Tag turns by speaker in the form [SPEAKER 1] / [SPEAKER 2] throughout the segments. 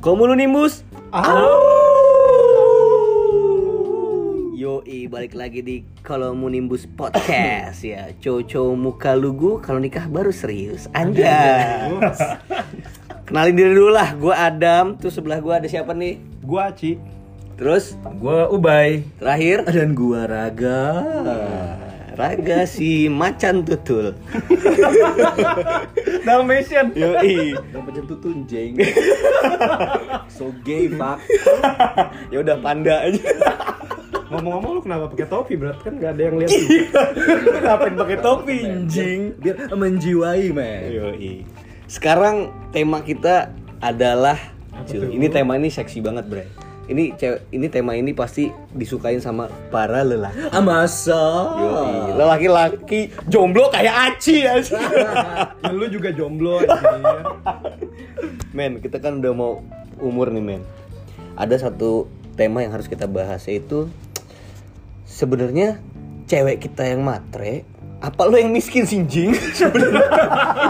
[SPEAKER 1] Komulonimbus.
[SPEAKER 2] Au.
[SPEAKER 1] Yoi, balik lagi di Kolomonimbus Podcast ya. Coco muka lugu kalau nikah baru serius. Anja. Kenalin diri dulu lah, gua Adam, terus sebelah gua ada siapa nih?
[SPEAKER 2] Gua Aci.
[SPEAKER 1] Terus
[SPEAKER 3] Gua Ubay
[SPEAKER 1] terakhir
[SPEAKER 3] dan gua Raga.
[SPEAKER 1] Raga si macan tutul.
[SPEAKER 2] Dalmatian.
[SPEAKER 1] Yoi.
[SPEAKER 3] Dan macam tutun jeng. so gay fuck.
[SPEAKER 1] Ya udah panda aja.
[SPEAKER 2] Ngomong-ngomong lu kenapa pakai topi? Berat kan nggak ada yang lihat. lu. Lu Ngapain pakai topi?
[SPEAKER 3] Jing. Biar menjiwai men.
[SPEAKER 1] Yoi. Sekarang tema kita adalah Cil, ini tema ini seksi banget, Bre. Ini cewek- ini tema ini pasti disukain sama para lelaki.
[SPEAKER 3] Amasa.
[SPEAKER 2] Oh.
[SPEAKER 1] Yoi. Lelaki-laki jomblo kayak Aci anjing.
[SPEAKER 2] Dan Ya, lu juga jomblo anjing.
[SPEAKER 1] Men, kita kan udah mau umur nih, men. Ada satu tema yang harus kita bahas yaitu sebenarnya cewek kita yang matre apa lo yang miskin sinjing sebenarnya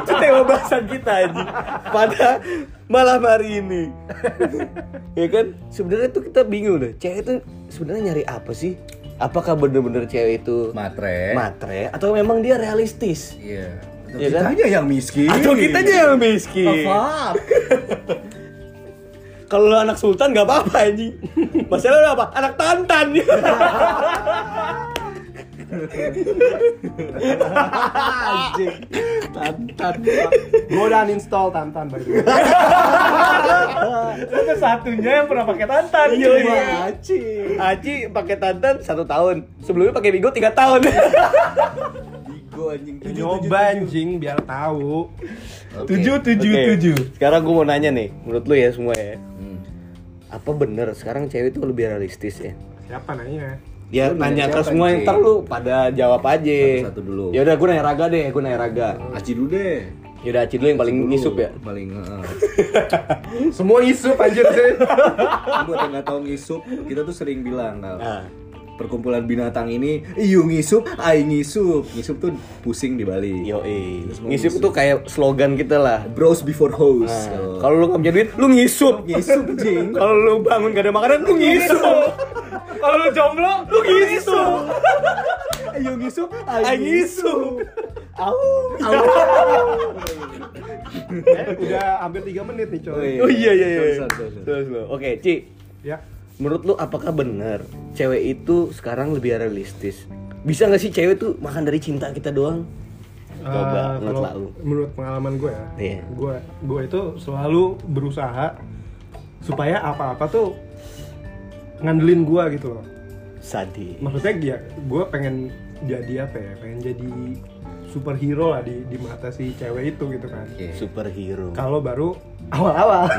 [SPEAKER 1] itu tema bahasan kita anjing pada malam hari ini ya kan sebenarnya tuh kita bingung deh cewek itu sebenarnya nyari apa sih apakah bener-bener cewek itu
[SPEAKER 3] Matre.
[SPEAKER 1] matre atau memang dia realistis
[SPEAKER 3] Iya. Atau
[SPEAKER 1] Iya kan?
[SPEAKER 3] kitanya yang miskin.
[SPEAKER 1] atau kita aja yang
[SPEAKER 3] Oh,
[SPEAKER 1] miskin
[SPEAKER 3] fuck.
[SPEAKER 1] Kalau lu anak sultan gak apa-apa anjing. Masalah lu apa? Anak tantan.
[SPEAKER 2] Anjing. Tantan. Pak. Gua udah uninstall Tantan by the way. Itu satunya yang pernah pakai Tantan.
[SPEAKER 1] Cuma
[SPEAKER 2] iya.
[SPEAKER 1] Aci. Iya. Aci pakai tantan satu tahun. Sebelumnya pakai bigo tiga tahun.
[SPEAKER 3] Bigo anjing. Tujuh,
[SPEAKER 2] Nyoba anjing biar tahu.
[SPEAKER 3] tujuh. Oke.
[SPEAKER 2] Tujuh tujuh
[SPEAKER 1] Oke,
[SPEAKER 2] tujuh.
[SPEAKER 1] Sekarang gue mau nanya nih, menurut lu ya semua ya.
[SPEAKER 3] Hmm.
[SPEAKER 1] Apa bener sekarang cewek itu lebih realistis ya?
[SPEAKER 2] Siapa nanya?
[SPEAKER 1] Ya
[SPEAKER 3] Lu
[SPEAKER 1] nanya
[SPEAKER 3] nanya
[SPEAKER 1] ke
[SPEAKER 3] siapa,
[SPEAKER 1] semua
[SPEAKER 3] Ci?
[SPEAKER 1] ntar lu pada jawab aja.
[SPEAKER 3] Satu-satu dulu.
[SPEAKER 1] Ya udah gue nanya raga deh, gue nanya raga.
[SPEAKER 3] Aci dulu deh.
[SPEAKER 1] Ya udah Aci dulu yang paling
[SPEAKER 3] Dulu.
[SPEAKER 1] ngisup ya.
[SPEAKER 3] Paling heeh.
[SPEAKER 2] Semua isu anjir sih.
[SPEAKER 3] buat yang nggak tahu ngisup, kita tuh sering bilang Kal.
[SPEAKER 1] Nah.
[SPEAKER 3] perkumpulan binatang ini iu ngisup, ai ngisup. Ngisup tuh pusing di Bali.
[SPEAKER 1] Yo,
[SPEAKER 3] Terus mau
[SPEAKER 1] ngisup tuh kayak slogan kita lah.
[SPEAKER 3] Bros before hoes.
[SPEAKER 1] Nah,
[SPEAKER 3] Kalau
[SPEAKER 1] Kalau lu nggak punya duit, lu ngisup.
[SPEAKER 3] ngisup jing.
[SPEAKER 1] Kalau lu bangun gak ada makanan, lu ngisup.
[SPEAKER 2] Kalau lu jomblo, lu
[SPEAKER 1] Ngisup.
[SPEAKER 3] Ayo ngisup,
[SPEAKER 1] Ay, ngisup. Ah, Au.
[SPEAKER 2] Eh, udah hampir 3 menit nih coy.
[SPEAKER 1] Oh iya iya iya.
[SPEAKER 3] Sorry, sorry, sorry.
[SPEAKER 1] Terus lo. Oke, Ci.
[SPEAKER 2] Ya.
[SPEAKER 1] Menurut lu apakah benar cewek itu sekarang lebih realistis? Bisa nggak sih cewek tuh makan dari cinta kita doang?
[SPEAKER 2] Eh,
[SPEAKER 1] Coba menurut
[SPEAKER 2] kalau
[SPEAKER 1] lu.
[SPEAKER 2] menurut pengalaman gue ya,
[SPEAKER 1] Iya.
[SPEAKER 2] gue gue itu selalu berusaha supaya apa-apa tuh ngandelin gue gitu loh.
[SPEAKER 1] Sadi.
[SPEAKER 2] Maksudnya ya, gue pengen jadi apa ya? Pengen jadi superhero lah di di mata si cewek itu gitu kan.
[SPEAKER 3] Oke.
[SPEAKER 1] Superhero.
[SPEAKER 2] Kalau baru awal-awal,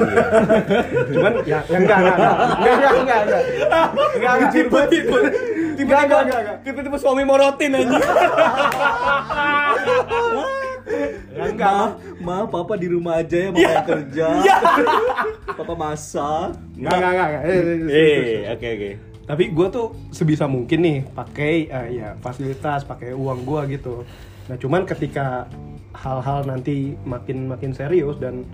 [SPEAKER 2] cuman ya ya enggak enggak enggak enggak enggak enggak enggak enggak
[SPEAKER 1] Tiba-tiba
[SPEAKER 2] Enggak, enggak, enggak, enggak.
[SPEAKER 1] tiba-tiba suami morotin aja.
[SPEAKER 2] enggak enggak
[SPEAKER 1] Ah.
[SPEAKER 3] Maaf, maaf papa di rumah aja
[SPEAKER 1] Iya.
[SPEAKER 3] ya, papa yang kerja. papa masak.
[SPEAKER 1] Iya,
[SPEAKER 2] enggak enggak enggak enggak. Eh, eh, eh, serius, serius.
[SPEAKER 1] Eh, oke oke.
[SPEAKER 2] tapi gue tuh sebisa mungkin nih pakai eh, ya fasilitas pakai uang gue gitu nah cuman ketika hal-hal nanti makin makin serius dan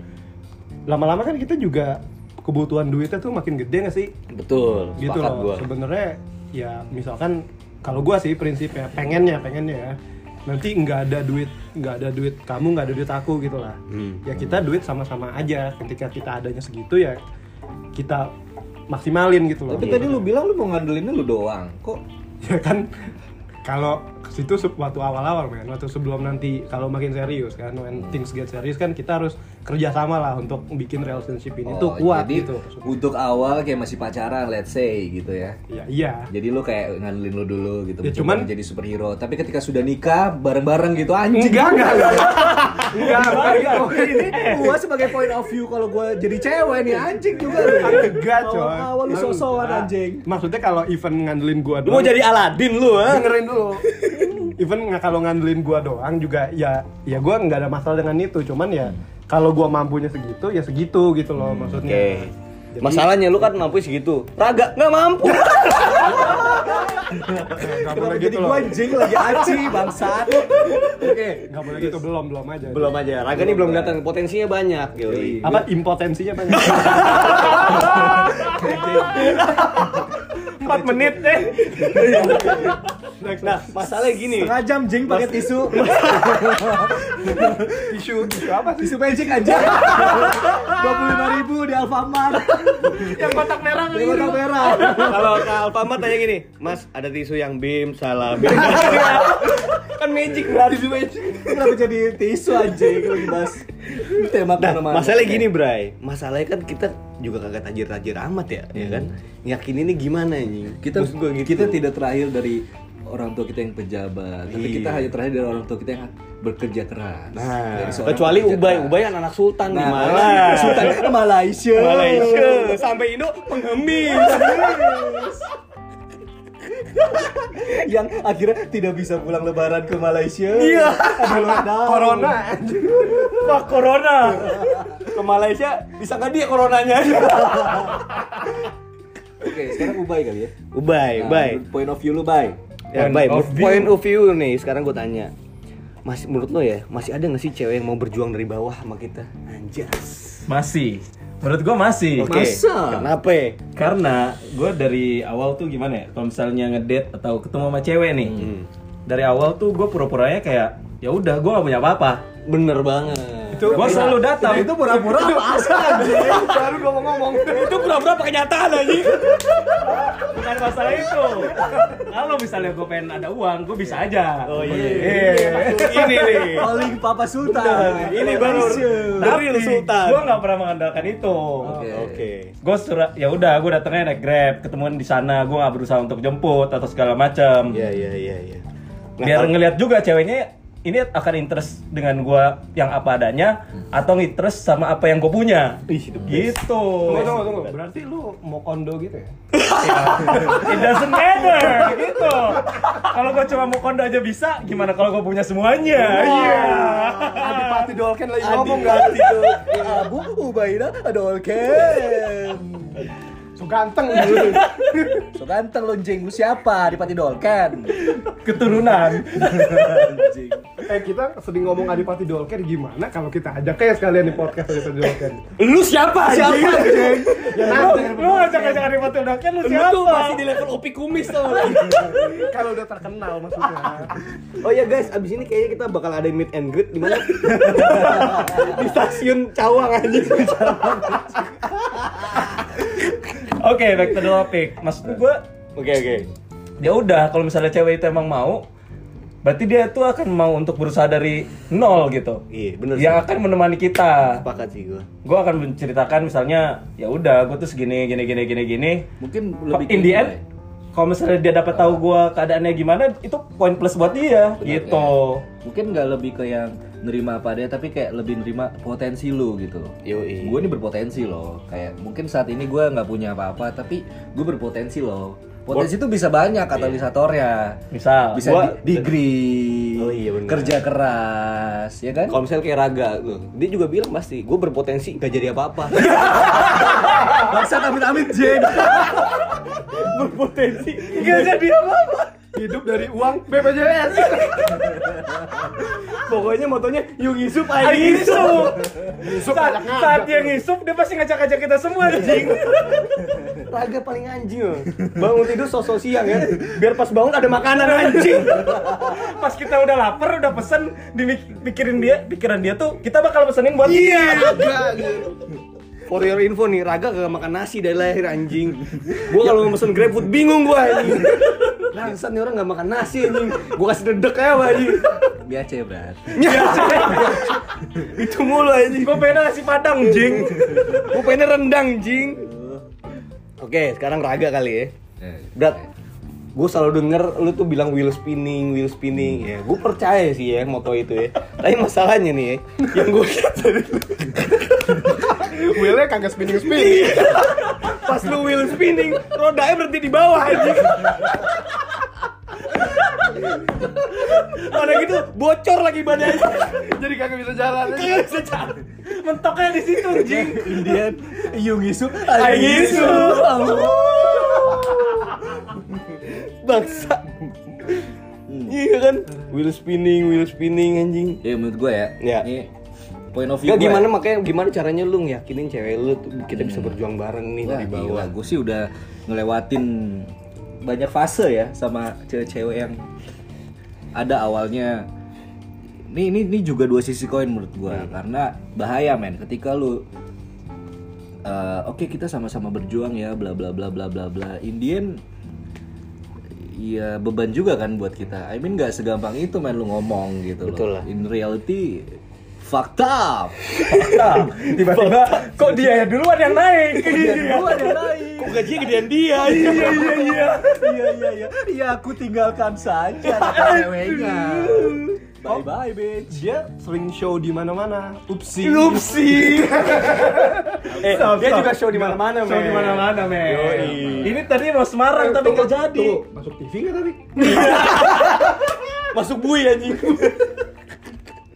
[SPEAKER 2] lama-lama kan kita juga kebutuhan duitnya tuh makin gede gak sih
[SPEAKER 1] Betul.
[SPEAKER 2] gitu
[SPEAKER 1] sepakat
[SPEAKER 2] loh
[SPEAKER 1] gua.
[SPEAKER 2] sebenarnya ya misalkan kalau gue sih prinsipnya pengennya pengennya ya nanti nggak ada duit nggak ada duit kamu nggak ada duit aku gitu lah
[SPEAKER 1] Hmm.
[SPEAKER 2] ya kita duit sama-sama aja ketika kita adanya segitu ya kita maksimalin gitu loh
[SPEAKER 3] Tapi tadi lu bilang lu mau ngandelinnya lu doang. Kok
[SPEAKER 2] ya kan kalau ke situ se- waktu awal-awal men waktu sebelum nanti kalau makin serius kan when things get serius kan kita harus kerjasama lah untuk bikin relationship ini tuh
[SPEAKER 3] Oh,
[SPEAKER 2] kuat
[SPEAKER 3] jadi
[SPEAKER 2] gitu
[SPEAKER 3] Untuk awal kayak masih pacaran, let's say gitu ya.
[SPEAKER 2] ya iya
[SPEAKER 3] Jadi lu kayak ngandelin lu dulu gitu.
[SPEAKER 2] Ya,
[SPEAKER 3] mencoba
[SPEAKER 2] cuman-
[SPEAKER 3] jadi superhero. Tapi ketika sudah nikah bareng-bareng gitu anjing.
[SPEAKER 2] enggak enggak enggak enggak enggak enggak
[SPEAKER 3] ini gua sebagai point of view kalau gua jadi cewek nih anjing juga lu.
[SPEAKER 2] enggak Kan coy Ya,
[SPEAKER 3] Awal-awal lu sosokan
[SPEAKER 2] Enggak.
[SPEAKER 3] anjing.
[SPEAKER 2] maksudnya kalau event ngandelin gua
[SPEAKER 1] Lu mau
[SPEAKER 2] doang
[SPEAKER 1] jadi Aladin lu, ha?
[SPEAKER 2] dengerin dulu even nggak kalau ngandelin gua doang juga ya ya gua nggak ada masalah dengan itu cuman ya kalau gua mampunya segitu ya segitu gitu loh maksudnya
[SPEAKER 3] gitu.
[SPEAKER 1] Oke. Masalahnya lu kan mampu segitu. Raga nggak mampu.
[SPEAKER 2] nggak
[SPEAKER 3] Kenapa
[SPEAKER 2] boleh
[SPEAKER 3] jadi
[SPEAKER 2] gitu loh
[SPEAKER 3] gua anjing lagi aci bangsat. Oke.
[SPEAKER 2] nggak boleh gitu belum belum aja
[SPEAKER 1] belum aja Raga ini belum datang potensinya banyak Yoi.
[SPEAKER 3] Yoi.
[SPEAKER 2] apa impotensinya banyak empat menit eh. deh
[SPEAKER 1] nah masalahnya gini
[SPEAKER 3] Setengah jam jing pakai tisu.
[SPEAKER 2] tisu tisu apa
[SPEAKER 3] tisu magic aja. 25 ribu di Alfamart.
[SPEAKER 2] yang kotak merah
[SPEAKER 3] Di kotak merah.
[SPEAKER 1] kalau ke Alfamart tanya gini Mas ada tisu yang BIM salah BIM
[SPEAKER 2] kan magic berarti magic
[SPEAKER 3] Kenapa jadi tisu anjing lagi bahas tema
[SPEAKER 1] Nah,
[SPEAKER 3] mana-mana.
[SPEAKER 1] masalahnya gini, Bray. Masalahnya kan kita juga kagak tajir-tajir amat ya, ya kan? Yakin ini gimana anjing?
[SPEAKER 3] Hmm. kita
[SPEAKER 1] Maksud gua gitu.
[SPEAKER 3] kita tidak terakhir dari orang tua kita yang pejabat, tapi kita hanya terakhir dari orang tua kita yang bekerja keras.
[SPEAKER 1] Iya. Nah,
[SPEAKER 3] Dari seorang
[SPEAKER 1] kecuali
[SPEAKER 3] pekerja
[SPEAKER 1] Ubay,
[SPEAKER 3] keras.
[SPEAKER 1] Ubay anak-anak sultan
[SPEAKER 3] Nah,
[SPEAKER 1] di Malang.
[SPEAKER 3] Malaysia. Sultan kan Malaysia.
[SPEAKER 1] Malaysia. Sampai Indo pengemis.
[SPEAKER 3] yang akhirnya tidak bisa pulang lebaran ke Malaysia.
[SPEAKER 1] Iya.
[SPEAKER 3] Aduh, lockdown.
[SPEAKER 2] corona
[SPEAKER 1] Pak corona. Ke Malaysia bisa nggak dia coronanya?
[SPEAKER 3] Oke, sekarang Ubay kali ya.
[SPEAKER 1] Ubay,
[SPEAKER 3] Nah,
[SPEAKER 1] Ubay.
[SPEAKER 3] menurut Point of view lu, Bay.
[SPEAKER 1] Ya,
[SPEAKER 2] Point
[SPEAKER 1] Bay,
[SPEAKER 2] of view.
[SPEAKER 1] point of view nih sekarang gue tanya. Masih menurut lo ya, masih ada nggak sih cewek yang mau berjuang dari bawah sama kita? Anjas.
[SPEAKER 4] Masih. Menurut gua masih.
[SPEAKER 1] Oke.
[SPEAKER 3] Masa?
[SPEAKER 1] Kenapa? ya?
[SPEAKER 4] Karena gua dari awal tuh gimana ya? Kalau misalnya ngedate atau ketemu sama cewek nih. Dari awal tuh gue pura-puranya kayak ya udah gua gak punya apa-apa.
[SPEAKER 1] Bener banget.
[SPEAKER 4] Gua selalu datang.
[SPEAKER 3] Itu pura-pura apa?
[SPEAKER 2] baru gua mau ngomong
[SPEAKER 1] Itu pura-pura pakai nyataan aja.
[SPEAKER 4] Bukan masalah itu. Kalau misalnya gue pengen ada uang, gue bisa aja. Oh
[SPEAKER 2] Iya.
[SPEAKER 1] Ini nih.
[SPEAKER 3] Paling Papa Sultan.
[SPEAKER 1] Ini baru
[SPEAKER 3] Malaysia.
[SPEAKER 1] dari
[SPEAKER 4] Nah, Tapi
[SPEAKER 1] Sultan.
[SPEAKER 4] gue nggak pernah mengandalkan itu.
[SPEAKER 3] Oke.
[SPEAKER 1] Oke.
[SPEAKER 4] Gue surat ya udah gue datangnya naik grab, ketemuan di sana. Gue nggak berusaha untuk jemput atau segala macam.
[SPEAKER 1] Iya iya iya iya. Nah,
[SPEAKER 4] biar
[SPEAKER 1] kalau-
[SPEAKER 4] ngelihat juga ceweknya ini akan interest dengan gua yang apa adanya
[SPEAKER 1] Hmm.
[SPEAKER 4] atau interest sama apa yang gua punya gitu
[SPEAKER 2] tunggu tunggu tunggu berarti lu mau kondo gitu ya
[SPEAKER 4] it doesn't matter gitu kalau gua cuma mau kondo aja bisa gimana kalau gua punya semuanya iya
[SPEAKER 2] Adipati Dolken lagi ngomong
[SPEAKER 3] Ngomong
[SPEAKER 2] gak?
[SPEAKER 3] gak itu? Abu Ubaida ada Dolken.
[SPEAKER 2] So ganteng gitu.
[SPEAKER 3] So ganteng lo jenggu siapa? Adipati Dolken.
[SPEAKER 4] Iya. keturunan
[SPEAKER 1] Iya,
[SPEAKER 3] Anjing.
[SPEAKER 2] Eh kita sering ngomong Adipati Dolken gimana kalau kita ajak kayak sekalian di podcast Adipati Dolken.
[SPEAKER 1] lu siapa? Siapa?
[SPEAKER 2] Ya
[SPEAKER 4] lu,
[SPEAKER 2] nanti
[SPEAKER 4] lu ngajak ngajak hari mati udah kan lu
[SPEAKER 1] iya. Lu
[SPEAKER 4] siapa
[SPEAKER 1] tuh masih di level opi kumis tau gak?
[SPEAKER 2] kalau udah terkenal maksudnya.
[SPEAKER 1] Oh ya guys, abis ini kayaknya kita bakal ada meet and greet di mana? di stasiun Cawang aja.
[SPEAKER 4] oke back to the topic maksud gua
[SPEAKER 1] Oke oke.
[SPEAKER 4] ya udah kalau misalnya cewek itu emang mau berarti dia tuh akan mau untuk berusaha dari nol gitu
[SPEAKER 1] Iya bener.
[SPEAKER 4] yang
[SPEAKER 1] sih.
[SPEAKER 4] akan menemani kita
[SPEAKER 1] sepakat sih gua.
[SPEAKER 4] gue akan menceritakan misalnya ya udah gue tuh segini gini gini gini gini
[SPEAKER 3] Mungkin lebih
[SPEAKER 4] in the end
[SPEAKER 1] ya.
[SPEAKER 4] kalau misalnya dia dapat tahu gue keadaannya gimana itu poin plus buat dia gitu
[SPEAKER 3] mungkin nggak lebih ke yang nerima apa dia tapi kayak lebih nerima potensi lu gitu
[SPEAKER 1] Yoi.
[SPEAKER 3] gue ini berpotensi loh kayak mungkin saat ini gue nggak punya apa-apa tapi gue berpotensi loh potensi itu bisa banyak
[SPEAKER 1] Iya.
[SPEAKER 3] katalisatornya
[SPEAKER 4] misal
[SPEAKER 3] bisa
[SPEAKER 4] gua-
[SPEAKER 3] di- degree
[SPEAKER 1] Oh iya, benar.
[SPEAKER 3] kerja keras ya kan
[SPEAKER 1] Kalau misalnya kayak Raga lu, dia juga bilang pasti gue berpotensi gak jadi apa-apa.
[SPEAKER 3] bangsa amit amit jeng
[SPEAKER 1] Iya.
[SPEAKER 4] gak jadi apa apa
[SPEAKER 2] Hidup dari uang BPJS.
[SPEAKER 1] Pokoknya motonya Yung Yusuf
[SPEAKER 4] ngisup
[SPEAKER 2] Yusuf
[SPEAKER 4] saat,
[SPEAKER 2] banyak ngajak.
[SPEAKER 4] saat dia ngisup dia pasti ngajak-ngajak kita semua anjing
[SPEAKER 1] Raga paling anjing loh. Bangun tidur sosok siang ya. Biar pas bangun ada makanan anjing.
[SPEAKER 4] pas kita udah lapar udah pesen dimikirin dia pikiran dia tuh kita bakal pesenin buat
[SPEAKER 1] For your info nih, Raga gak makan nasi dari lahir anjing. Gua kalau mau pesen GrabFood bingung gua anjing. Langsat nih orang gak makan nasi anjing. Gua kasih dedek aja Pak, anjing.
[SPEAKER 3] biasa ya berat
[SPEAKER 1] Itu mulu anjing.
[SPEAKER 4] gue pengen nasi padang jing
[SPEAKER 1] Gua pengen rendang anjing. Oke, sekarang Raga kali ya. Berat. Gue selalu denger lu tuh bilang wheel spinning, wheel spinning. Ya, gue percaya sih ya moto itu ya. Tapi masalahnya nih ya, yang gue lihat dari lu,
[SPEAKER 2] Willnya kagak spinning spinning.
[SPEAKER 1] pas lu wheel spinning, rodanya berhenti di bawah anjing. Pada gitu bocor lagi badannya.
[SPEAKER 2] Jadi kagak bisa jalan.
[SPEAKER 1] Kagak bisa jalan.
[SPEAKER 4] mentoknya di situ jing
[SPEAKER 3] Indian Yung Isu
[SPEAKER 1] Isu. bangsa iya kan wheel spinning wheel spinning anjing
[SPEAKER 3] Ya menurut gue ya.
[SPEAKER 1] Ya.
[SPEAKER 3] Ini point of
[SPEAKER 1] Gak
[SPEAKER 3] view gue.
[SPEAKER 1] gimana makanya gimana caranya lu ngeyakinin cewek lu tuh kita bisa berjuang bareng nih
[SPEAKER 3] Hmm. Wah,
[SPEAKER 1] dari
[SPEAKER 3] gila,
[SPEAKER 1] bawah.
[SPEAKER 3] gue sih udah ngelewatin banyak fase ya sama cewek-cewek yang ada awalnya. Ini ini ini juga dua sisi koin menurut gue
[SPEAKER 1] Hmm.
[SPEAKER 3] karena bahaya men ketika lu eh, oke kita sama-sama berjuang ya bla bla bla bla bla bla Indian Iya beban juga kan buat kita. I mean nggak segampang itu main lu ngomong gitu
[SPEAKER 1] Betul lah.
[SPEAKER 3] loh. In reality fucked up.
[SPEAKER 4] Nah, tiba-tiba kok dia yang duluan yang naik
[SPEAKER 2] Iya,
[SPEAKER 3] Iya, Gua ada lain.
[SPEAKER 1] Kok gajinya gedean dia? anjing?
[SPEAKER 3] iya iya iya iya aku tinggalkan saja ceweknya bye bye bitch
[SPEAKER 2] dia sering show di mana-mana upsi
[SPEAKER 1] Lupsi. eh,
[SPEAKER 2] Stop,
[SPEAKER 1] dia
[SPEAKER 2] stop.
[SPEAKER 1] juga show di mana-mana,
[SPEAKER 4] Iya.
[SPEAKER 2] show
[SPEAKER 1] men.
[SPEAKER 2] di mana-mana men
[SPEAKER 1] Yoi.
[SPEAKER 4] ini tadi mau Semarang tapi nggak jadi
[SPEAKER 2] Tuh, masuk TV nggak tapi
[SPEAKER 1] Masuk bui anjing.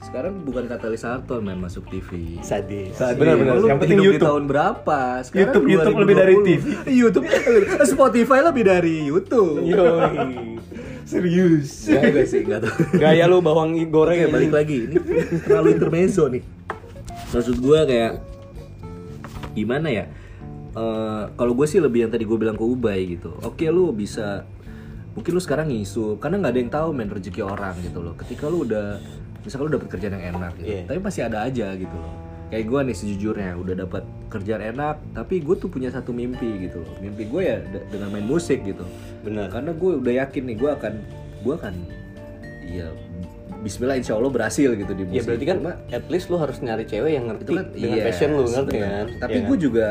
[SPEAKER 3] sekarang bukan katalisator main masuk TV
[SPEAKER 1] Sadis.
[SPEAKER 2] Benar-benar.
[SPEAKER 3] Lu
[SPEAKER 2] Yang penting
[SPEAKER 3] hidup di
[SPEAKER 2] YouTube.
[SPEAKER 3] tahun berapa sekarang
[SPEAKER 2] YouTube- YouTube lebih dari
[SPEAKER 3] 2020. YouTube eh, Spotify lebih dari YouTube
[SPEAKER 1] Yoi.
[SPEAKER 2] serius
[SPEAKER 3] Enggak juga sih enggak tahu
[SPEAKER 1] Gaya lu bawang goreng ya. anjing.
[SPEAKER 3] Oke, balik lagi. Ini terlalu intermezzo nih. Maksud gua kayak gimana ya? Eh, kalau gue sih lebih yang tadi gue bilang ke Ubay gitu. Oke, lu bisa mungkin lu sekarang ngisup karena nggak ada yang tahu main rezeki orang gitu loh. Ketika lu udah misalkan lu dapet kerjaan yang enak gitu.
[SPEAKER 1] Iya.
[SPEAKER 3] Tapi masih ada aja gitu loh. Kayak gue nih sejujurnya udah dapat kerjaan enak, tapi gue tuh punya satu mimpi gitu loh. Mimpi gue ya de- dengan main musik gitu.
[SPEAKER 1] Benar.
[SPEAKER 3] Karena gue udah yakin nih gue akan gue akan ya Bismillah Insya Allah berhasil gitu di musik.
[SPEAKER 1] Ya berarti kan
[SPEAKER 3] Cuma,
[SPEAKER 1] at least lu harus nyari cewek yang ngerti
[SPEAKER 3] itu kan
[SPEAKER 1] dengan
[SPEAKER 3] iya,
[SPEAKER 1] passion lu ngerti
[SPEAKER 3] sebenarnya.
[SPEAKER 1] kan?
[SPEAKER 3] Tapi
[SPEAKER 1] Iya
[SPEAKER 3] gue
[SPEAKER 1] kan?
[SPEAKER 3] juga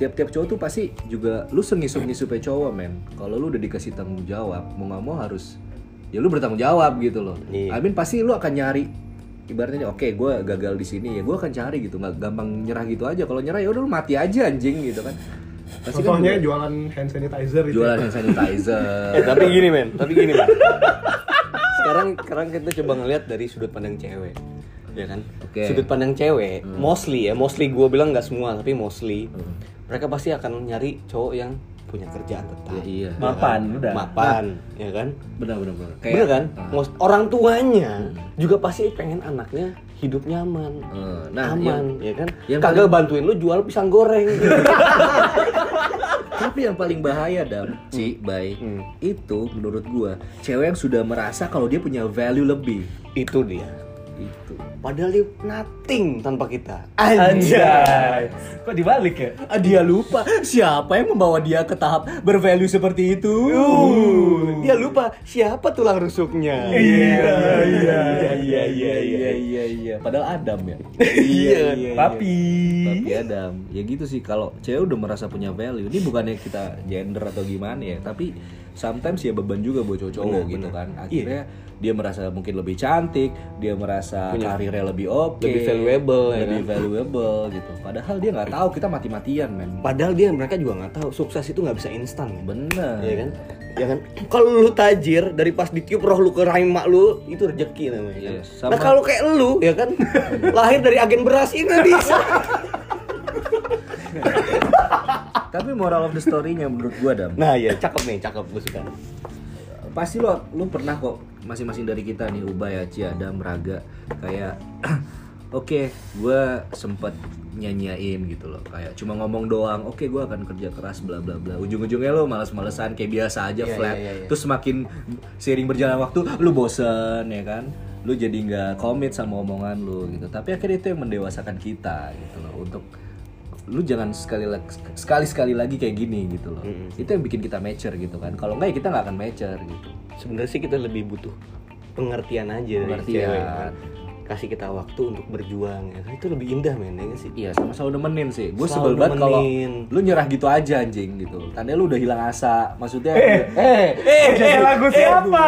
[SPEAKER 3] tiap-tiap cowok tuh pasti juga lu sengisup ngisupnya cowok men. Kalau lu udah dikasih tanggung jawab mau nggak mau harus ya lu bertanggung jawab gitu loh.
[SPEAKER 1] Iya.
[SPEAKER 3] I mean pasti lu akan nyari ibaratnya oke gue gagal di sini ya gue akan cari gitu nggak gampang nyerah gitu aja kalau nyerah ya udah lu mati aja anjing gitu kan pasti kan
[SPEAKER 2] contohnya jualan hand sanitizer itu
[SPEAKER 3] jualan hand sanitizer
[SPEAKER 1] Eh, tapi gini men, tapi gini Pak. sekarang sekarang kita coba ngelihat dari sudut pandang cewek. Ya kan?
[SPEAKER 3] Oke. Hmm.
[SPEAKER 1] Sudut pandang cewek, mostly ya, mostly gue bilang nggak semua, tapi mostly mereka pasti akan nyari cowok yang punya kerjaan tetap.
[SPEAKER 3] Ya, iya.
[SPEAKER 1] Ya kan?
[SPEAKER 4] Mapan, udah.
[SPEAKER 1] Mapan, ya kan?
[SPEAKER 3] benar benar benar Nah. kayak hmm. Ah.
[SPEAKER 1] Bener kan? Most- orang tuanya juga pasti pengen anaknya hidup nyaman.
[SPEAKER 3] Eh, nah,
[SPEAKER 1] aman, ya kan?
[SPEAKER 3] yang
[SPEAKER 1] Kagak bantuin lu jual pisang goreng.
[SPEAKER 3] tapi yang paling bahaya dam ci bay itu menurut gua cewek yang sudah merasa kalau dia punya value lebih
[SPEAKER 1] Itu dia.
[SPEAKER 3] itu
[SPEAKER 1] Padahal dia nothing tanpa kita.
[SPEAKER 4] anjay kok dibalik ya
[SPEAKER 3] Ah, dia lupa siapa yang membawa dia ke tahap bervalue seperti itu
[SPEAKER 1] Uh, dia lupa siapa tulang rusuknya.
[SPEAKER 4] Iya,
[SPEAKER 1] iya,
[SPEAKER 3] iya iya iya iya iya padahal Adam ya
[SPEAKER 1] Iya.
[SPEAKER 4] papi
[SPEAKER 3] tapi Adam ya gitu sih kalau cewek udah merasa punya value ini bukannya kita gender atau gimana ya tapi sometimes ya beban juga buat cowok-cowok gitu kan
[SPEAKER 1] Iya.
[SPEAKER 3] akhirnya dia merasa mungkin lebih cantik dia merasa karirnya lebih oke
[SPEAKER 1] Lebih valuable, ya
[SPEAKER 3] lebih valuable gitu padahal dia nggak tahu kita mati-matian men
[SPEAKER 1] Padahal dia mereka juga nggak tahu sukses itu nggak bisa instan men.
[SPEAKER 3] bener
[SPEAKER 1] Iya kan? Ya kan? Kalau lu tajir dari pas ditiup roh lu ke rahim mak lu itu rezeki namanya. kan?
[SPEAKER 3] Iya, sama-
[SPEAKER 1] Nah kalau kayak lu ya kan lahir dari agen beras itu bisa.
[SPEAKER 3] tapi moral of the story-nya menurut gua Adam
[SPEAKER 1] Nah ya cakep nih cakep gue suka.
[SPEAKER 3] pasti lo lo pernah kok masing-masing dari kita nih Ubay, Aci, Adam, Raga kayak oke gua gue sempet nyanyiin gitu loh kayak cuma ngomong doang oke gua akan kerja keras bla bla bla ujung-ujungnya lo malas-malesan kayak biasa aja flat terus makin sering berjalan waktu lu bosen ya kan lu jadi nggak komit sama omongan lu gitu tapi akhirnya itu yang mendewasakan kita gitu loh untuk lu jangan sekali sekali sekali lagi kayak gini gitu loh itu yang bikin kita mature gitu kan kalau enggak ya kita nggak akan mature gitu
[SPEAKER 1] Sebenarnya sih kita lebih butuh pengertian aja dari
[SPEAKER 3] Pengertian.
[SPEAKER 1] cewek. ya kan? Kasih kita waktu untuk berjuang ya kan? itu lebih indah men ya nggak sih.
[SPEAKER 3] iya sama selalu nemenin sih gue sebel
[SPEAKER 1] Selalu
[SPEAKER 3] banget kalau
[SPEAKER 1] nemenin.
[SPEAKER 3] lu nyerah gitu aja anjing gitu tandanya lu udah hilang asa maksudnya
[SPEAKER 4] eh eh lagu siapa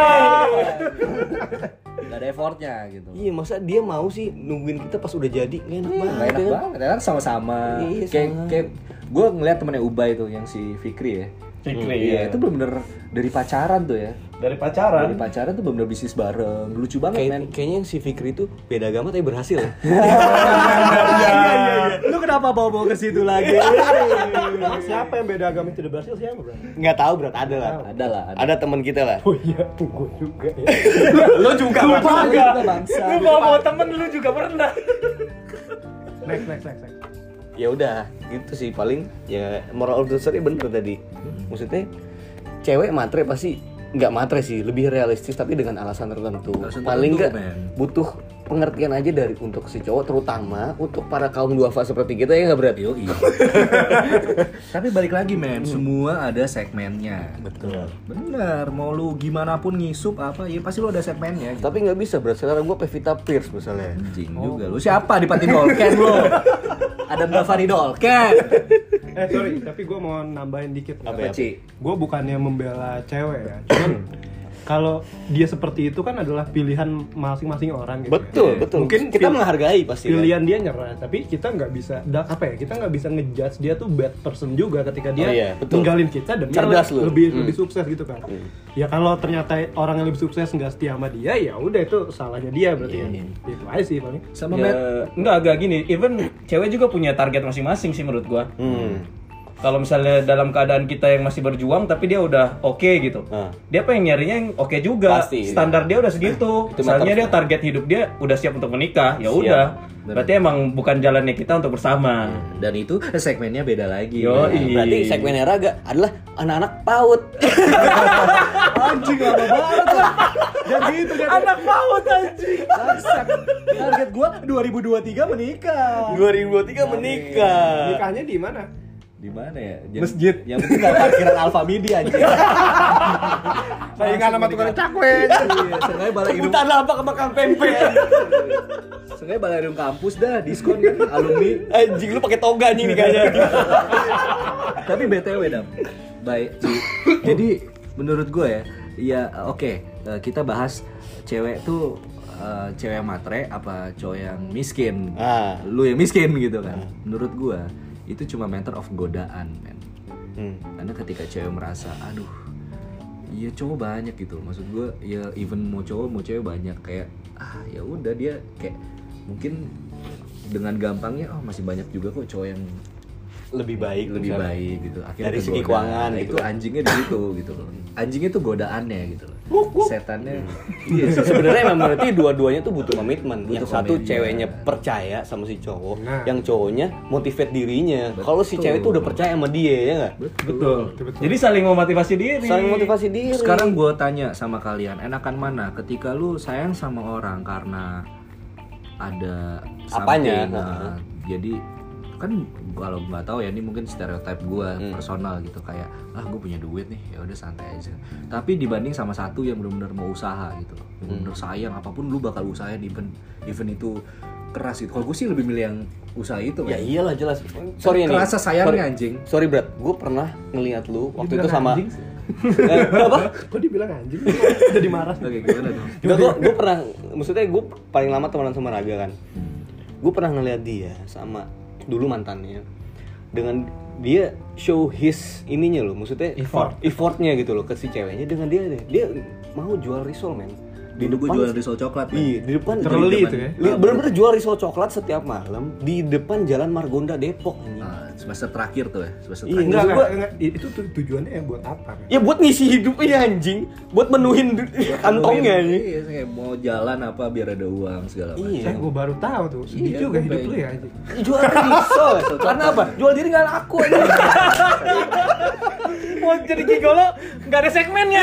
[SPEAKER 3] nggak ada effortnya gitu
[SPEAKER 1] Iya masa dia mau sih nungguin kita pas udah jadi nggak enak banget.
[SPEAKER 3] Gak Iya, enak
[SPEAKER 1] ya kan?
[SPEAKER 3] banget, enak sama-sama
[SPEAKER 1] Iya,
[SPEAKER 3] Kayak,
[SPEAKER 1] sama.
[SPEAKER 3] kayak gue ngeliat temennya Ubay tuh yang si Fikri ya
[SPEAKER 4] Fikri
[SPEAKER 3] Iya,
[SPEAKER 4] ya.
[SPEAKER 3] itu bener-bener dari pacaran tuh ya.
[SPEAKER 4] dari pacaran
[SPEAKER 3] Dari pacaran tuh bener-bener bisnis bareng. Lucu banget,
[SPEAKER 1] Kayak,
[SPEAKER 3] men.
[SPEAKER 1] kayaknya yang si Fikri itu beda agama tapi berhasil. ya.
[SPEAKER 3] Lu kenapa bawa-bawa ke situ lagi?
[SPEAKER 2] siapa yang beda agama tidak berhasil siapa bro?
[SPEAKER 1] Nggak tahu berat ada lah.
[SPEAKER 3] ada lah, ada.
[SPEAKER 1] Ada teman kita lah.
[SPEAKER 2] Oh iya, gue juga ya.
[SPEAKER 4] lu juga
[SPEAKER 3] Lupa
[SPEAKER 4] bangsa.
[SPEAKER 3] juga, bangsa.
[SPEAKER 4] lu bawa bawa temen lu juga merendah
[SPEAKER 2] next, next, next, next.
[SPEAKER 1] Ya udah, gitu sih paling ya moral of the story bener tadi. Maksudnya cewek matre pasti nggak matre sih, lebih realistis tapi dengan alasan tertentu.
[SPEAKER 3] Alasan
[SPEAKER 1] paling
[SPEAKER 3] tertentu,
[SPEAKER 1] nggak
[SPEAKER 3] men.
[SPEAKER 1] butuh pengertian aja dari untuk si cowok terutama untuk para kaum duafa seperti kita ya nggak berat yuk.
[SPEAKER 3] Yoi. Tapi balik lagi, men. Semua ada segmennya.
[SPEAKER 1] Betul.
[SPEAKER 3] Bener, mau lu gimana pun ngisup apa, ya pasti lu ada segmennya. gitu.
[SPEAKER 1] Tapi nggak bisa berat sekarang gua Pevita Pierce misalnya.
[SPEAKER 3] Anjing juga lu. Siapa di Patin Dolken lu? Adam Gavari Dolken.
[SPEAKER 2] Eh sorry, tapi gue mau nambahin dikit. nggak?
[SPEAKER 1] Apa ya?
[SPEAKER 3] Ci?
[SPEAKER 2] gue bukannya membela cewek ya cuman kalau dia seperti itu kan adalah pilihan masing-masing orang gitu ya.
[SPEAKER 1] Betul, betul.
[SPEAKER 2] Mungkin
[SPEAKER 1] kita
[SPEAKER 2] pil-
[SPEAKER 1] menghargai pasti. kan?
[SPEAKER 2] pilihan dia nyerah tapi kita nggak bisa da- apa ya kita nggak bisa ngejudge dia tuh bad person juga ketika dia
[SPEAKER 1] Oh iya, betul.
[SPEAKER 2] ninggalin kita demi
[SPEAKER 1] Cerdas
[SPEAKER 2] le-
[SPEAKER 1] lu. Hmm.
[SPEAKER 2] lebih lebih sukses gitu kan ya kalau ternyata orang yang lebih sukses nggak setia sama dia ya udah itu salahnya dia berarti
[SPEAKER 1] Iya,
[SPEAKER 2] kan. itu aja sih paling
[SPEAKER 3] Sama
[SPEAKER 4] Ya,
[SPEAKER 3] men.
[SPEAKER 4] enggak agak gini even cewek juga punya target masing-masing sih menurut gua
[SPEAKER 1] Hmm.
[SPEAKER 4] kalau misalnya dalam keadaan kita yang masih berjuang tapi dia udah oke gitu
[SPEAKER 1] Ah.
[SPEAKER 4] dia pengen nyarinya yang oke juga
[SPEAKER 1] Pasti, iya. Eh,
[SPEAKER 4] standar dia udah segitu
[SPEAKER 1] Itu matters.
[SPEAKER 4] misalnya dia target hidup dia udah siap untuk menikah ya udah berarti emang bukan jalannya kita untuk bersama
[SPEAKER 3] Dan itu segmennya beda lagi.
[SPEAKER 4] Yoi.
[SPEAKER 1] Nah, berarti segmen era agak adalah anak-anak PAUD.
[SPEAKER 3] Anjing lama banget lah. Dan gitu kan. Anak maut anjing. Bangsat. Target gua 2023 menikah.
[SPEAKER 1] 2023 menikah.
[SPEAKER 2] nikahnya di mana
[SPEAKER 3] Iya. Di mana ya?
[SPEAKER 2] Masjid.
[SPEAKER 3] Yang penting gak parkiran Alfa Midi anjing.
[SPEAKER 2] saingan Nah, sama tukang cakwe
[SPEAKER 3] Iya, Sengaja balai hidung.
[SPEAKER 1] Rebutan lapak sama Kang Pempe.
[SPEAKER 3] Sengaja balai hidung kampus dah, diskon kan alumni.
[SPEAKER 1] Anjing lu pakai toga anjing nikahnya.
[SPEAKER 3] Tapi BTW dam. Baik. Ci. Jadi menurut gue ya, ya oke eh, kita bahas cewek tuh eh, cewek yang matre apa cowok yang miskin.
[SPEAKER 1] Ah.
[SPEAKER 3] Lu yang miskin gitu kan. Menurut gue itu cuma matter of godaan, men.
[SPEAKER 1] Hmm.
[SPEAKER 3] Karena ketika cewek merasa aduh Iya cowok banyak gitu maksud gue ya even mau cowok mau cewek banyak kayak ah ya udah dia kayak mungkin dengan gampangnya oh masih banyak juga kok cowok yang
[SPEAKER 1] Lebih baik,
[SPEAKER 3] lebih baik gitu akhirnya
[SPEAKER 1] Dari segi
[SPEAKER 3] tergoda.
[SPEAKER 1] keuangan
[SPEAKER 3] Nah,
[SPEAKER 1] gitu
[SPEAKER 3] itu
[SPEAKER 1] kan.
[SPEAKER 3] anjingnya di situ gitu loh anjingnya tuh godaannya gitu loh setannya iya
[SPEAKER 1] Se- Sebenarnya memang berarti dua-duanya tuh butuh komitmen. yang satu
[SPEAKER 3] komitmen.
[SPEAKER 1] ceweknya percaya sama si cowok,
[SPEAKER 2] Nah.
[SPEAKER 1] yang cowoknya motivate dirinya. Kalau si cewek tuh udah percaya sama dia ya nggak?
[SPEAKER 4] betul. jadi saling memotivasi diri
[SPEAKER 1] Saling motivasi diri.
[SPEAKER 3] sekarang gue tanya sama kalian enakan mana ketika lu sayang sama orang karena ada
[SPEAKER 1] Apanya?
[SPEAKER 3] something, nah, jadi kan kalau nggak tahu ya ini mungkin stereotip gue
[SPEAKER 1] Hmm.
[SPEAKER 3] personal gitu kayak ah gue punya duit nih ya udah santai aja tapi dibanding sama satu yang benar-benar mau usaha gitu loh
[SPEAKER 1] Hmm.
[SPEAKER 3] yang benar sayang apapun lu bakal usahain event event itu keras gitu kalau gue sih lebih milih yang usaha itu
[SPEAKER 1] Ya
[SPEAKER 3] men.
[SPEAKER 1] iyalah jelas. Sorry nih.
[SPEAKER 3] Kerasa sayangnya,
[SPEAKER 1] Sorry-
[SPEAKER 3] anjing.
[SPEAKER 1] Sorry Brad, gue pernah ngeliat lu waktu itu kan
[SPEAKER 2] bilang
[SPEAKER 1] sama
[SPEAKER 2] anjing sih.
[SPEAKER 1] Eh, apa?
[SPEAKER 2] kok dibilang anjing jadi marah
[SPEAKER 3] oke gimana dong
[SPEAKER 1] Enggak, gue gue pernah, maksudnya gue paling lama temenan sama Raga kan. Gue pernah ngeliat dia sama dulu mantannya dengan dia show his ininya loh, maksudnya
[SPEAKER 4] Effort.
[SPEAKER 1] effortnya gitu loh ke si ceweknya dengan dia deh. Dia mau jual risol men. Di
[SPEAKER 3] dulu gue
[SPEAKER 1] depan-
[SPEAKER 3] jual risol coklat men.
[SPEAKER 1] Iya, di depan
[SPEAKER 2] Terleli
[SPEAKER 1] di
[SPEAKER 2] itu ya?
[SPEAKER 1] depan- Li- Bener-bener jual risol coklat setiap malam di depan Jalan Margonda Depok anjing.
[SPEAKER 3] Ah, semester terakhir tuh ya semester
[SPEAKER 1] Iya,
[SPEAKER 3] terakhir
[SPEAKER 2] Enggak,
[SPEAKER 1] Maksud
[SPEAKER 2] enggak,
[SPEAKER 1] gua-
[SPEAKER 2] enggak. I- itu tu- tujuannya ya buat apa? Kan?
[SPEAKER 1] Ya buat ngisi hidupnya anjing, buat menuhin du- kantongnya anjing.
[SPEAKER 3] Iya, kayak mau jalan apa biar ada uang segala macam.
[SPEAKER 1] Iya.
[SPEAKER 2] Saya gue baru tahu tuh, sedih
[SPEAKER 3] Iya,
[SPEAKER 2] juga
[SPEAKER 3] gua
[SPEAKER 2] hidup
[SPEAKER 3] baik.
[SPEAKER 2] lu ya anjing.
[SPEAKER 1] jual risol karena apa jual diri nggak laku aja
[SPEAKER 4] mau jadi gigolo nggak ada segmennya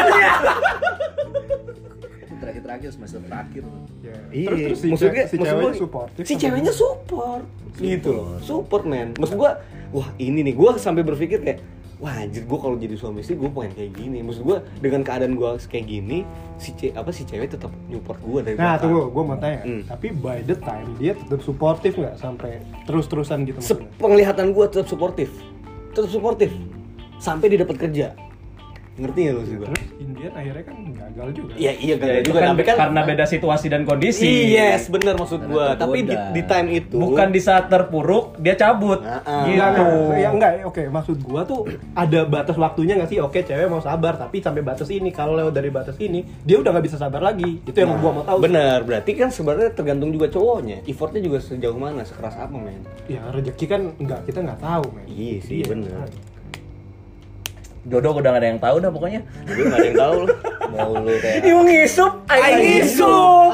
[SPEAKER 3] Terakhir-terakhir semester terakhir.
[SPEAKER 2] Ya.
[SPEAKER 1] Iya,
[SPEAKER 2] Terus, terus si,
[SPEAKER 1] maksud
[SPEAKER 2] ce-
[SPEAKER 1] gue-
[SPEAKER 2] si
[SPEAKER 1] maksud
[SPEAKER 2] ceweknya
[SPEAKER 1] gue-
[SPEAKER 2] supportive.
[SPEAKER 1] Si
[SPEAKER 2] apa
[SPEAKER 1] ceweknya support. Gitu loh. Support, men. Maksud gua, wah ini nih gua sampai berpikir kayak Wah anjir gua kalau jadi suami istri gua pengen kayak gini. Maksud gua dengan keadaan gua kayak gini, si ce apa si cewek tetap nyupport gua dari belakang.
[SPEAKER 2] Nah, tunggu, gue mau tanya.
[SPEAKER 1] Hmm.
[SPEAKER 2] Tapi by the time dia tetap suportif nggak sampai terus-terusan gitu
[SPEAKER 1] Se-
[SPEAKER 2] maksudnya?
[SPEAKER 1] penglihatan gua tetap suportif. Tetap suportif. Sampai dia dapat kerja. ngerti nggak lu maksud gua?
[SPEAKER 2] Terus Indian akhirnya kan gagal juga.
[SPEAKER 1] Iya iya
[SPEAKER 4] Ya,
[SPEAKER 1] gagal
[SPEAKER 4] itu
[SPEAKER 1] juga
[SPEAKER 4] kan
[SPEAKER 1] tapi kan Iya.
[SPEAKER 4] karena beda situasi dan kondisi.
[SPEAKER 1] Yes, bener maksud gua.
[SPEAKER 3] Karena
[SPEAKER 1] Tapi di,
[SPEAKER 3] tergoda.
[SPEAKER 1] di time itu
[SPEAKER 4] Bukan di saat terpuruk dia cabut.
[SPEAKER 1] Nah, ah.
[SPEAKER 2] Enggak,
[SPEAKER 4] gitu.
[SPEAKER 2] enggak. Ya enggak, oke. Maksud gua tuh ada batas waktunya nggak sih? Oke, cewek mau sabar, tapi sampai batas ini. Kalau lewat dari batas ini, dia udah nggak bisa sabar lagi. Itu yang gua mau tahu.
[SPEAKER 1] Bener, berarti kan sebenarnya tergantung juga cowoknya. Effortnya juga sejauh mana, sekeras apa men?
[SPEAKER 2] Ya rezeki kan enggak kita nggak tahu, men.
[SPEAKER 1] Iya sih, bener.
[SPEAKER 4] Jodoh udah gak ada yang tahu dah pokoknya.
[SPEAKER 1] Gue nggak ada yang tahu lah. Mau lu kayak
[SPEAKER 4] Iu ngisup,
[SPEAKER 1] Aing ngisup.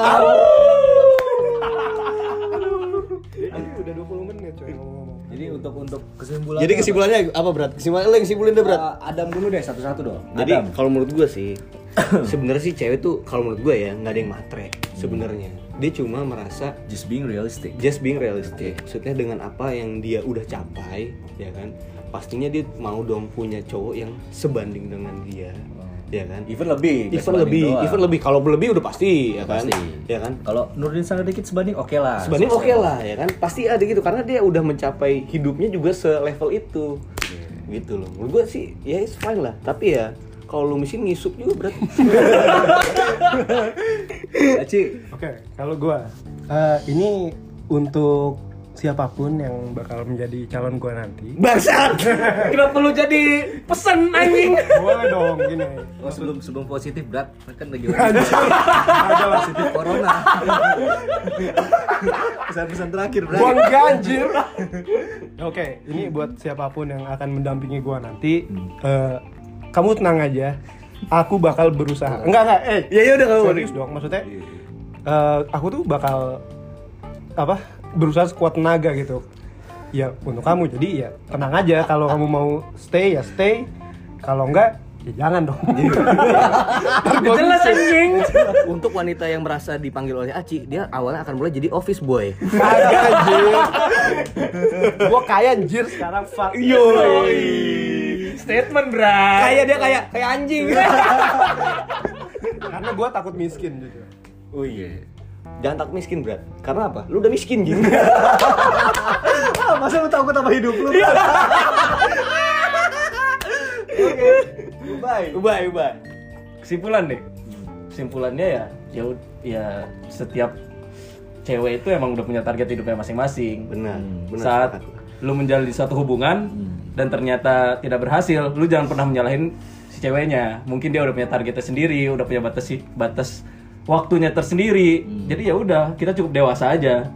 [SPEAKER 2] Aduh, udah 20 menit coy ngomong-ngomong.
[SPEAKER 3] Jadi untuk untuk kesimpulannya.
[SPEAKER 1] Jadi kesimpulannya apa berat? Kesimpulannya lo yang simpulin deh berat.
[SPEAKER 3] Eh, Adam dulu deh satu-satu dong.
[SPEAKER 1] Jadi
[SPEAKER 3] Adam.
[SPEAKER 1] kalau menurut gue sih, sebenarnya sih cewek tuh kalau menurut gue ya nggak ada yang matre sebenarnya. Dia cuma merasa
[SPEAKER 3] just being realistic.
[SPEAKER 1] just being realistic. Maksudnya dengan apa yang dia udah capai, ya kan? Pastinya dia mau dong punya cowok yang sebanding dengan dia, ya kan?
[SPEAKER 3] Even lebih.
[SPEAKER 1] Even lebih, even lebih. Kalau lebih udah pasti, ya kan?
[SPEAKER 3] Pasti.
[SPEAKER 1] Ya kan?
[SPEAKER 3] Kalau Nurdin sangat dikit sebanding oke lah.
[SPEAKER 1] Sebanding oke lah, ya kan? Pasti ada gitu karena dia udah mencapai hidupnya juga selevel itu. Gitu loh. Menurut gue sih, ya it's fine lah. Tapi ya kalau lu mesin ngisup juga berat.
[SPEAKER 3] Aci.
[SPEAKER 2] Oke, kalau gua eh, ini untuk siapapun yang bakal menjadi calon gua nanti.
[SPEAKER 1] Bangsat.
[SPEAKER 4] Kenapa perlu jadi pesan anjing?
[SPEAKER 2] Boleh dong gini.
[SPEAKER 3] Oh sebelum sebelum positif berat kan lagi
[SPEAKER 2] Ada lah sih.
[SPEAKER 3] positif corona. Pesan-pesan terakhir
[SPEAKER 2] Buang
[SPEAKER 3] berat.
[SPEAKER 2] ganjir. Oke, ini buat siapapun yang akan mendampingi gua nanti,
[SPEAKER 1] Hmm.
[SPEAKER 2] eh, kamu tenang aja. Aku bakal berusaha. Enggak enggak, eh.
[SPEAKER 1] Ya, ya udah, Iya, nggak apa-apa.
[SPEAKER 2] Serius dong, maksudnya eh, aku tuh bakal apa? Berusaha sekuat tenaga gitu. Ya untuk kamu jadi ya tenang aja kalau kamu mau stay ya stay. Kalau enggak ya jangan dong.
[SPEAKER 1] Iya.
[SPEAKER 4] Jelas anjing.
[SPEAKER 1] Untuk wanita yang merasa dipanggil oleh Aci, dia awalnya akan mulai jadi office boy.
[SPEAKER 2] Kagak anjir. gua kaya anjir sekarang fuck.
[SPEAKER 1] Iya,
[SPEAKER 4] Statement berat. Kayak dia kayak kayak anjing.
[SPEAKER 2] Karena gua takut miskin gitu.
[SPEAKER 3] Oh iya.
[SPEAKER 1] Jangan tak miskin, Brad. Karena apa? Lu udah miskin Ah, gitu.
[SPEAKER 3] Masa lu takut apa hidup lu?
[SPEAKER 1] Ubay. Ubay, ubay.
[SPEAKER 4] Kesimpulan deh.
[SPEAKER 1] Hmm.
[SPEAKER 4] Kesimpulannya ya ya ud- ya setiap cewek itu emang udah punya target hidupnya masing-masing.
[SPEAKER 1] Benar, benar.
[SPEAKER 4] Hmm, saat
[SPEAKER 1] sepakat. Hmm.
[SPEAKER 4] lu menjalin suatu hubungan dan ternyata tidak berhasil, lu jangan pernah menyalahin si ceweknya. Mungkin dia udah punya targetnya sendiri, udah punya batas batas waktunya tersendiri.
[SPEAKER 1] Hmm.
[SPEAKER 4] Jadi ya udah, kita cukup dewasa aja.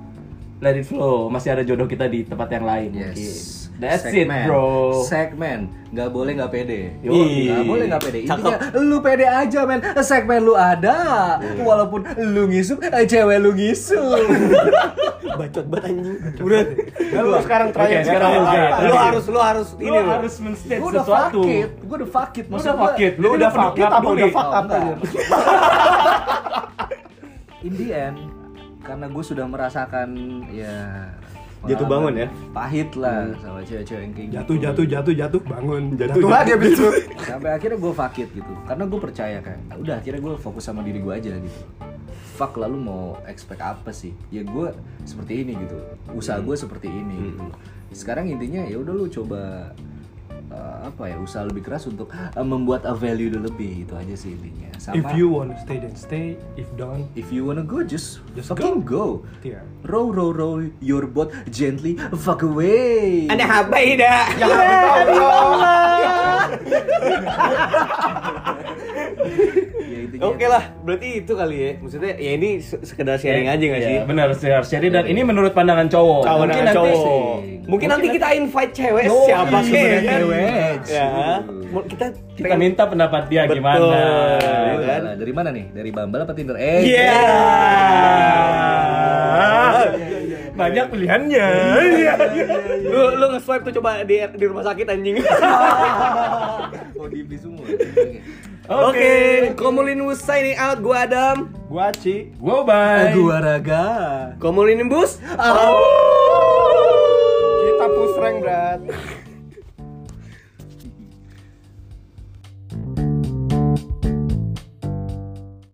[SPEAKER 4] Let it flow, masih ada jodoh kita di tempat yang lain mungkin.
[SPEAKER 3] Yes.
[SPEAKER 4] That's
[SPEAKER 3] Segmen.
[SPEAKER 4] it, bro.
[SPEAKER 3] Segmen, nggak boleh nggak pede.
[SPEAKER 4] Yo,
[SPEAKER 3] Nggak boleh nggak pede. Intinya lu pede aja men. Segmen lu ada,
[SPEAKER 4] Iya.
[SPEAKER 3] walaupun lu ngisup, eh, cewek lu ngisup.
[SPEAKER 1] Bacot banget anjing. Udah.
[SPEAKER 2] Nah, lu sekarang
[SPEAKER 4] Oke,
[SPEAKER 2] terakhir
[SPEAKER 4] sekarang lu terakhir.
[SPEAKER 1] Lu harus lu harus
[SPEAKER 4] Lu
[SPEAKER 1] ini loh.
[SPEAKER 4] harus men-state
[SPEAKER 3] Gua udah fuck
[SPEAKER 4] sesuatu.
[SPEAKER 3] it, gua udah fuck it.
[SPEAKER 4] Lu
[SPEAKER 3] Maksud
[SPEAKER 4] udah
[SPEAKER 3] gua,
[SPEAKER 4] fuck it.
[SPEAKER 2] Lu
[SPEAKER 4] Jadi
[SPEAKER 2] udah
[SPEAKER 4] lu
[SPEAKER 2] fuck
[SPEAKER 4] peduli.
[SPEAKER 2] up apa udah fuck
[SPEAKER 3] Oh,
[SPEAKER 2] up
[SPEAKER 3] enggak.
[SPEAKER 2] anjir?
[SPEAKER 3] in the end, karena gue sudah merasakan ya
[SPEAKER 1] Jatuh bangun ya?
[SPEAKER 3] pahit lah sama cewek-cewek yang kayak gitu.
[SPEAKER 2] Jatuh jatuh jatuh jatuh bangun.
[SPEAKER 1] Jatuh,
[SPEAKER 2] Jatuh, lagi abis itu.
[SPEAKER 3] sampai akhirnya gue fuck it gitu karena gue percaya kan "Ah, udah akhirnya gue fokus sama diri gue aja gitu fuck lalu mau expect apa sih ya gue seperti ini gitu usaha gue seperti ini gitu
[SPEAKER 2] Hmm.
[SPEAKER 3] sekarang intinya ya udah lu coba eh, apa ya usaha lebih keras untuk eh, membuat a value lebih itu aja sih intinya sama
[SPEAKER 2] If you wanna stay then stay, if don't
[SPEAKER 3] if you wanna go just
[SPEAKER 2] Just
[SPEAKER 3] fucking go,
[SPEAKER 2] ya.
[SPEAKER 3] row row row your boat gently fuck away
[SPEAKER 1] habai dah.
[SPEAKER 3] ya intinya
[SPEAKER 1] Oke lah, berarti itu kali ya. Maksudnya ya ini se- sekedar sharing aja nggak
[SPEAKER 4] Iya,
[SPEAKER 1] sih?
[SPEAKER 4] benar harus jadi dan ini menurut pandangan cowok.
[SPEAKER 1] Kawan
[SPEAKER 4] Mungkin
[SPEAKER 1] dengan
[SPEAKER 4] nanti-
[SPEAKER 1] cowok. Mungkin, nanti kita invite cewek siapa
[SPEAKER 4] Iya,
[SPEAKER 1] sih
[SPEAKER 3] sebenarnya
[SPEAKER 1] ya kan?
[SPEAKER 3] cewek.
[SPEAKER 1] Ya. Mau- Kita
[SPEAKER 4] Kita minta pendapat dia
[SPEAKER 1] Betul.
[SPEAKER 4] gimana.
[SPEAKER 1] Ya
[SPEAKER 3] Boleh
[SPEAKER 1] kan?
[SPEAKER 3] lah. Dari mana nih? Dari Bumble apa Tinder? Eh.
[SPEAKER 1] Iya.
[SPEAKER 4] Ah.
[SPEAKER 1] Ah.
[SPEAKER 4] Banyak pilihannya.
[SPEAKER 1] Iya, Lu lu nge-swipe tuh coba di di rumah sakit anjing.
[SPEAKER 3] Mau dibeli semua.
[SPEAKER 1] Oke, Komulinus signing out gua Adam.
[SPEAKER 2] Gua Ci.
[SPEAKER 4] Gua bye.
[SPEAKER 3] Gua raga.
[SPEAKER 1] Komulinimbus.
[SPEAKER 3] Au.